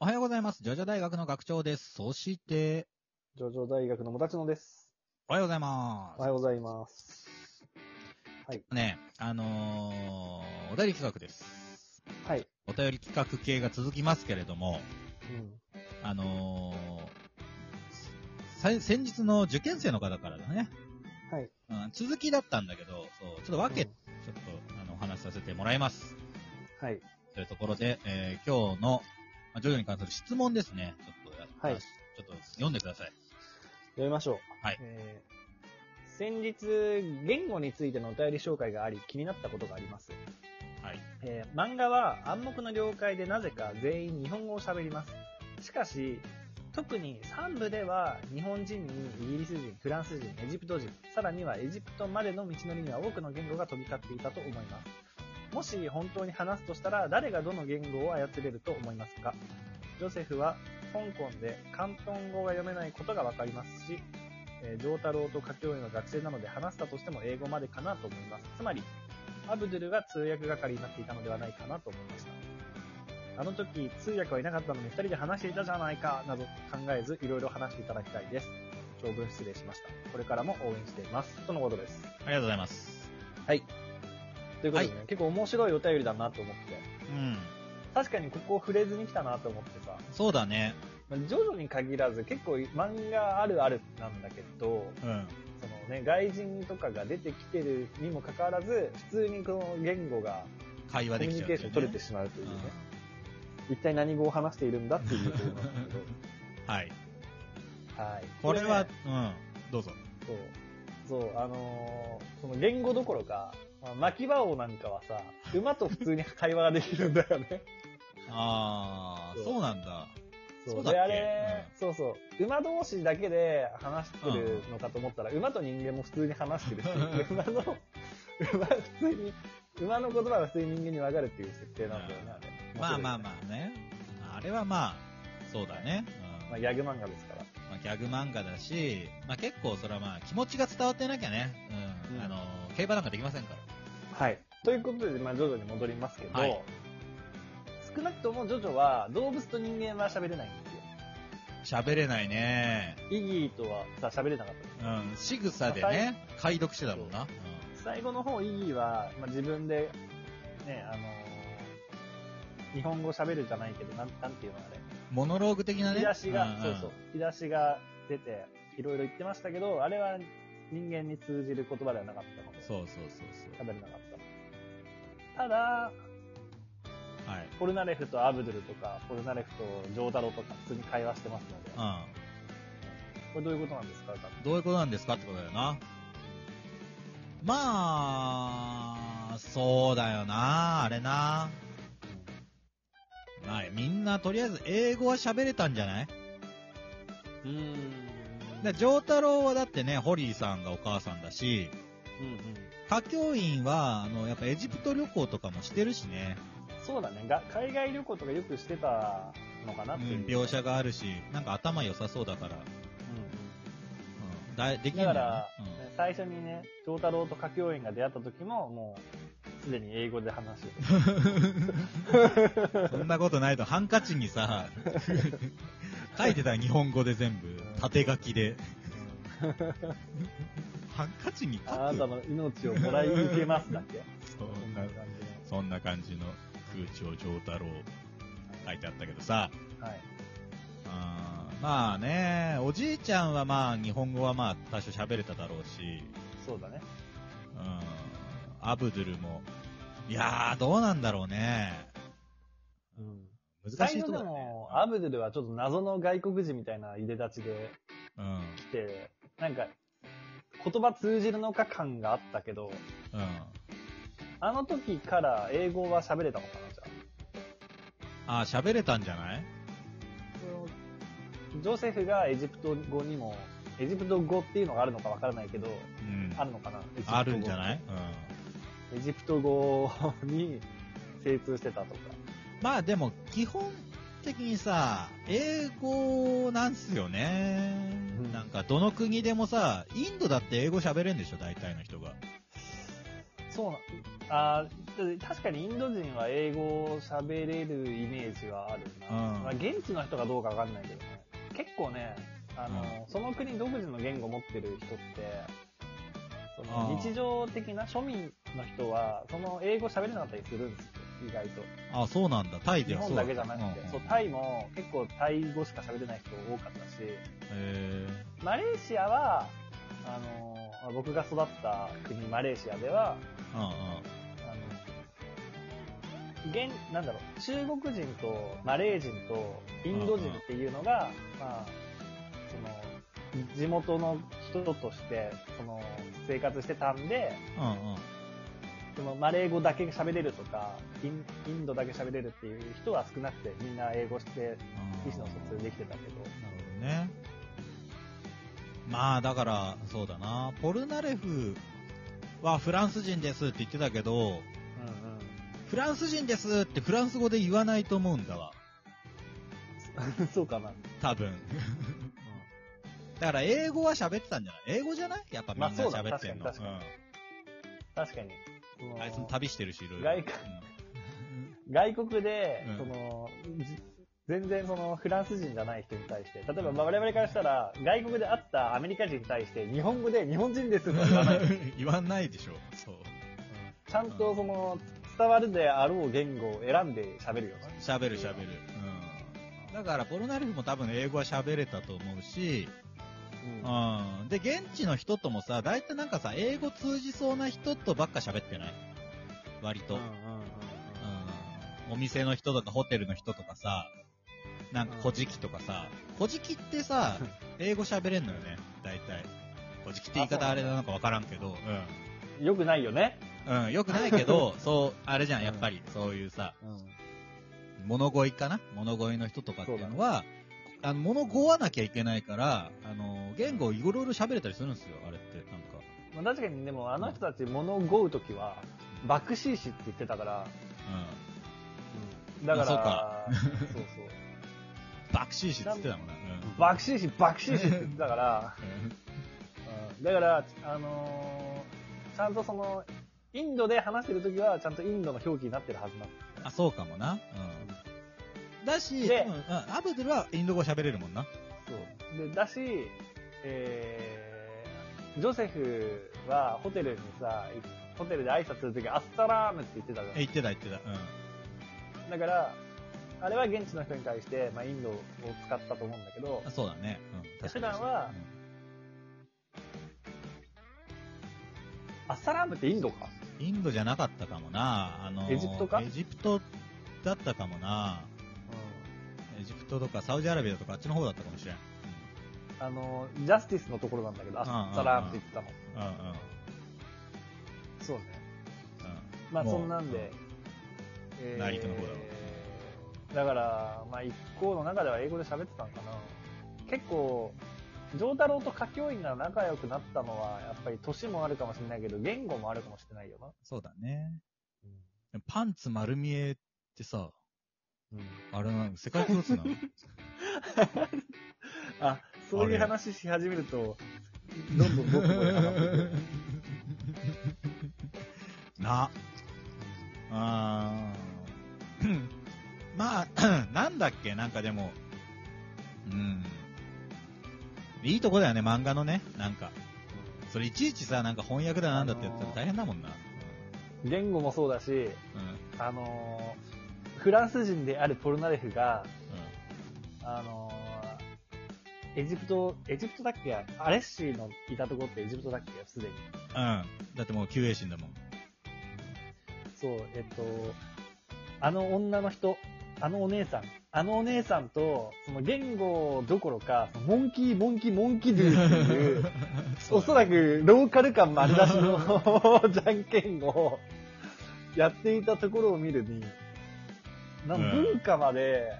おはようございます。ジョジョ大学の学長です。そして、上ョ大学のもだちのです。おはようございまおはようございます。す。ね、あのー、お便り企画です。はい。お便り企画系が続きますけれども、うん。あのー、さ先日の受験生の方からだね、はい。うん、続きだったんだけど、そう、ちょっと分け、うんちょっと、あの、お話しさせてもらいます。はい。というところで、えー今日の、まあジョジョに関する質問ですね。ちょっとや、はいちょっと読んでください。読みましょう。はいえー先日、言語についてのお便り紹介があり、気になったことがあります。はい。えー漫画は暗黙の了解でなぜか全員日本語を喋ります。しかし、特に3部では日本人にイギリス人、フランス人、エジプト人、さらにはエジプトまでの道のりには多くの言語が飛び交っていたと思います。もし本当に話すとしたら誰がどの言語を操れると思いますかジョセフは香港で広東語が読めないことがわかりますし、えー、上太郎と家教員は学生なので話したとしても英語までかなと思います。つまり、アブドゥルが通訳係になっていたのではないかなと思いました。あの時、通訳はいなかったのに二人で話していたじゃないか、など考えず、いろいろ話していただきたいです。長文失礼しました。これからも応援しています。とのことです。ありがとうございます。はい。ということでね、結構面白いお便りだなと思って。うん。確かにここ触れずに来たなと思ってさ、そうだね。まあ徐々に限らず結構漫画あるあるなんだけど、うん。そのね、外人とかが出てきてるにもかかわらず、普通にこの言語が会コ話ミでュきニちゃう、ケーション取れてししまうというね。一体何語を話しているんだっていうことなんだけど。はい。 はい。これは、でねうん。どうぞ。そう。そう、あのーその言語どころか、まあ牧場王なんかはさ、馬と普通に会話ができるんだよね。あー、そうそうなんだ。 そう。そうだっで、けあれ、そうそう。馬同士だけで話してるのかと思ったら、馬と人間も普通に話してる し、で馬の、馬普通に、馬の言葉が普通に人間に分かるっていう設定なんだよね、あれ。まあまああ。まあね。あれはまあ、そうだね。うんまあ、ギャグ漫画ですから。まあ、ギャグ漫画だし、まあ結構それはまあ気持ちが伝わってなきゃね、うん。うんあの、競馬なんかできませんから。はい。ということで、まあ、ジョジョに戻りますけど、はい少なくともジョジョは動物と人間は喋れないんですよ。喋れないね。イギーとはさ、喋れなかったです。うん。仕草でね、解読してたもんな。最後の方、イギーは、まあ、自分で、ね、あのー日本語喋るじゃないけど、なん、なんていうのあれ。うんモノローグ的なね。引き出しが、んんそうそう。引き出しが出て、いろいろ言ってましたけど、あれは人間に通じる言葉ではなかったので、そうそうそうそう。喋れなかった。ただ、はい。ポルナレフとアブドゥルとか、ポルナレフとジョータロとか、普通に会話してますので、こうれどういうことなんですか、歌ってん。どういうことなんですかってことだよな。まあ、そうだよな、あれな。はい、みんなとりあえず英語は喋れたんじゃないうん。で、上太郎はだってね、ホリーさんがお母さんだし、うんうん。歌教員は、あの、やっぱエジプト旅行とかもしてるしね、そうだねが。海外旅行とかよくしてたのかうなっていう。ん、描写があるし、なんか頭良さそうだから、うんうん、だでうきるんん。だかだら、よねうん最初にね、長太郎と歌教員が出会った時も、もう、すでに英語で話してたそんなことないと、ハンカチに さ、書いてたよ日本語で全部。縦書きで。ハンカチに書くあなたの命をもらい受けますだっけ。そんな、感じのそんな感じの空調上太郎書いてあったけどさ、はい。あーまあね、おじいちゃんはまあ日本語はまあ多少喋れただろうし、そうだね。うん、アブドゥルも、いやーどうなんだろうね。うん。難し最いとこ初でだね。も、アブドゥルはちょっと謎の外国人みたいないでたちでうん、来て、なんか、言葉通じるのか感があったけど、うん。あの時から英語は喋れたのかな、じゃあ。あー、喋れたんじゃないジョセフがエジプト語にも、エジプト語っていうのがあるのかわからないけど、うん。あるのかなあるんじゃないいうん。エジプト語に精通してたとか。まあでも、基本的にさ、英語なんすよね。うんなんか、どの国でもさ、インドだって英語喋れんでしょ、大体の人が。そうな、あー確かにインド人は英語を喋れるイメージはあるな。うんまあ、現地の人がどうかわかんないけどね。結構ね、あの、その国独自の言語を持ってる人って、そのあー日常的な庶民の人は、その英語喋れなかったりするんですよ、意外と。あ、そうなんだ。タイ日ではそ本うなだんけじゃなくて、そう、タイも結構タイ語しか喋れない人多かったし、えマレーシアは、あの、僕が育った国マレーシアでは、ー、うんうん。あの、現、なんだろう、中国人とマレー人とインド人っていうのが、まあ、その、地元の人として、その、生活してたんで、うんうん。そのマレー語だけ喋れるとか、インインドだけ喋れるっていう人は少なくて、みんな英語して意思の疎通できてたけど。なるほどね。まあ、だから、そうだな。ポルナレフはフランス人ですって言ってたけど、うんうん。フランス人ですってフランス語で言わないと思うんだわ。 そうかな。多分。だから、英語は喋ってたんじゃない英語じゃないやっぱみんなまあそうだ喋ってんの。確かに確かに。そうんのあいつも旅してるし、いろいろ。外貨外国で、うんその、じ全然そのフランス人じゃない人に対して、例えばまあ我々からしたら、外国で会ったアメリカ人に対して、日本語で日本人ですとは言わない。うんうん言わないでしょ。そう。ちゃんとその、伝わるであろう言語を選んで喋るよ。喋る喋る。うん。だから、ポルナレフも多分英語は喋れたと思うし、うんうん。で、現地の人ともさ、大体なんかさ、英語通じそうな人とばっか喋ってない割と。ううんうんうんうんん。お店の人とかホテルの人とかさ、なんか、うん古事記とかさ、古事記ってさ、英語喋れんのよね、大体。古事記って言い方あれなのかわからんけど、よくないよね。うん。うん、よくないけ ど、そう、あれじゃん、やっぱり、そういうさ、物乞いかな物乞いの人とかっていうのは、あの、物乞わなきゃいけないから、あの、言語をいろいろ喋れたりするんですよ、あれって。なんか。まあ、確かにでもあの人たち物を乞うときは、バクシーシって言ってたから、うだから、あそうかそうそう。ん。バクシーシっつってたもんな。バクシーシ、バクシーシって言ってたから、うだから、あのーちゃんとその、インドで話してるときは、ちゃんとインドの表記になってるはずなんですん。あ、そうかもな。うん。だし、で多分うんアブドゥルはインド語喋れるもんな。そう。で、だし、えー、ジョセフはホテルにさ、ホテルで挨拶するとき、アッサラームって言ってたえじ言ってた言ってた。うん。ゃん。だから、あれは現地の人に対して、まあ、インドを使ったと思うんだけどあ、そうだね。うん。確か普に段はうんアッサラームってインドか。インドじゃなかったかもな。あの、エジプトかエジプトだったかもな。エジプトとかサウジアラビアとかあっちの方だったかもしれん。あの、ジャスティスのところなんだけど、アッサラームって言ってたの。うん。うんうん。そうね。まあもうそんなんで、え内陸の方だろだから、まあ一行の中では英語で喋ってたんかな。結構、上太郎と歌教員が仲良くなったのは、やっぱり年もあるかもしれないけど、言語もあるかもしれないよな。そうだね。パンツ丸見えってさ、あれなの世界共通なのあ、そういう話し始めると、どんどん僕も上がっ てくるな。あー まあ、 なんだっけ、なんかでも、うん。いいとこだよね、漫画のね。なんか、それいちいちさ、なんか翻訳だなんだってやったら大変だもんな。言語もそうだし、うん。うん。あのーフランス人であるポルナレフが、うんあのーエジプト、エジプトだっけアレッシーのいたところってエジプトだっけすでに。うん。だってもう救援心だもん。そう、えっと、あの女の人、あのお姉さん、あのお姉さんと、その言語どころか、そのモンキー、モンキー、モンキードゥっていう、おそらく。くローカル感丸出しの じゃんけんをやっていたところを見るに、なうん文化まで、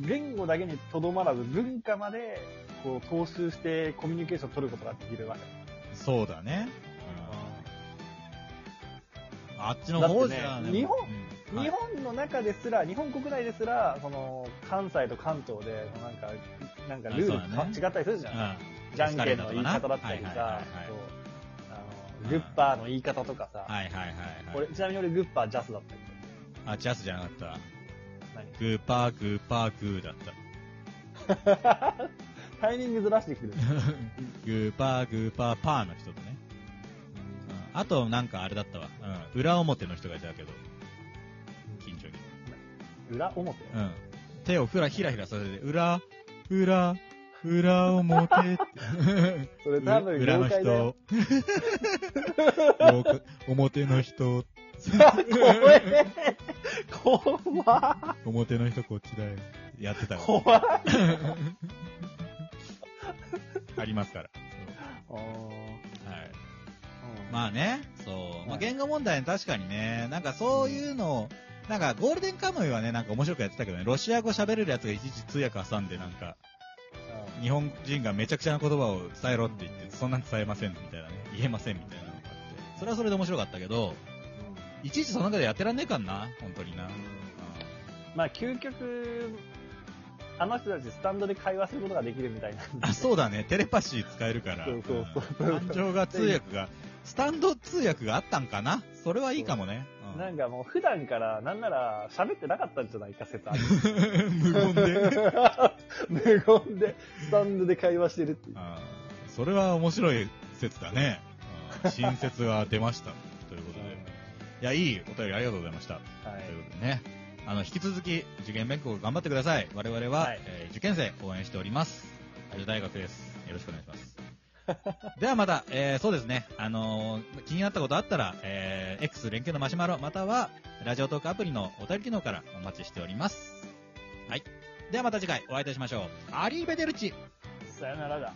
言語だけにとどまらず文化まで、こう、踏襲してコミュニケーションを取ることができるわけ。そうだね。うん。あっちの方じゃだってね。ね日本うんはい日本の中ですら、日本国内ですら、その、関西と関東で、なんか、なんかルールあそうだね違ったりするじゃん。うんじゃんけんの言い方だったはいはいはいりはさい、そうあのグッパーの言い方とかさ、はいはいはいはい。俺、ちなみに俺グッパージャスだったけあ、ジャスじゃなかった。ど、何グーパーグーパーグーだった。タイミングずらしてくる。グーパーグーパーパーの人とね。うんあとなんかあれだったわ。うん裏表の人がいたけど、緊張に。裏表うん。手をふらひらひらさせて、裏、裏、裏表。それ 多分裏業の界だよ。人。妖怪表の 人、怖え怖っ表の人こっちだよ。やってたわ怖っ ありますから。はい。まあね、そう。まはあ、い言語問題ね確かにね、なんかそういうのを、なんかゴールデンカムイはね、なんか面白くやってたけどね、ロシア語喋れるやつがいちいち通訳挟んで、なんか、日本人がめちゃくちゃな言葉を伝えろって言って、そんなん伝えませんみたいなね、言えませんみたいなのがあって、それはそれで面白かったけど、いちいちその中でやってらんねえかんな、本当にな。まあ、究極、あの人たちスタンドで会話することができるみたいな。あ、そうだね、テレパシー使えるから、そうそうそううん感情が通訳が、スタンド通訳があったんかな、それはいいかもね。うんなんかもう普段から、なんなら喋ってなかったんじゃないか説ある。 無言で。無言で、スタンドで会話してるっていう。あーそれは面白い説だね。あー新説が出ました。ということで。いや、いいお便りありがとうございました。はといいうことでね。あの、引き続き、受験勉強頑張ってください。我々は、はいえー受験生応援しております。ラジオ大学です。よろしくお願いし ます。ではまた、えーそうですね。あのー気になったことあったら、えー X 連携のマシュマロ、または、ラジオトークアプリのお便り機能からお待ちしております。はい。ではまた次回お会いいたしましょう。アリーベデルチさよならだ。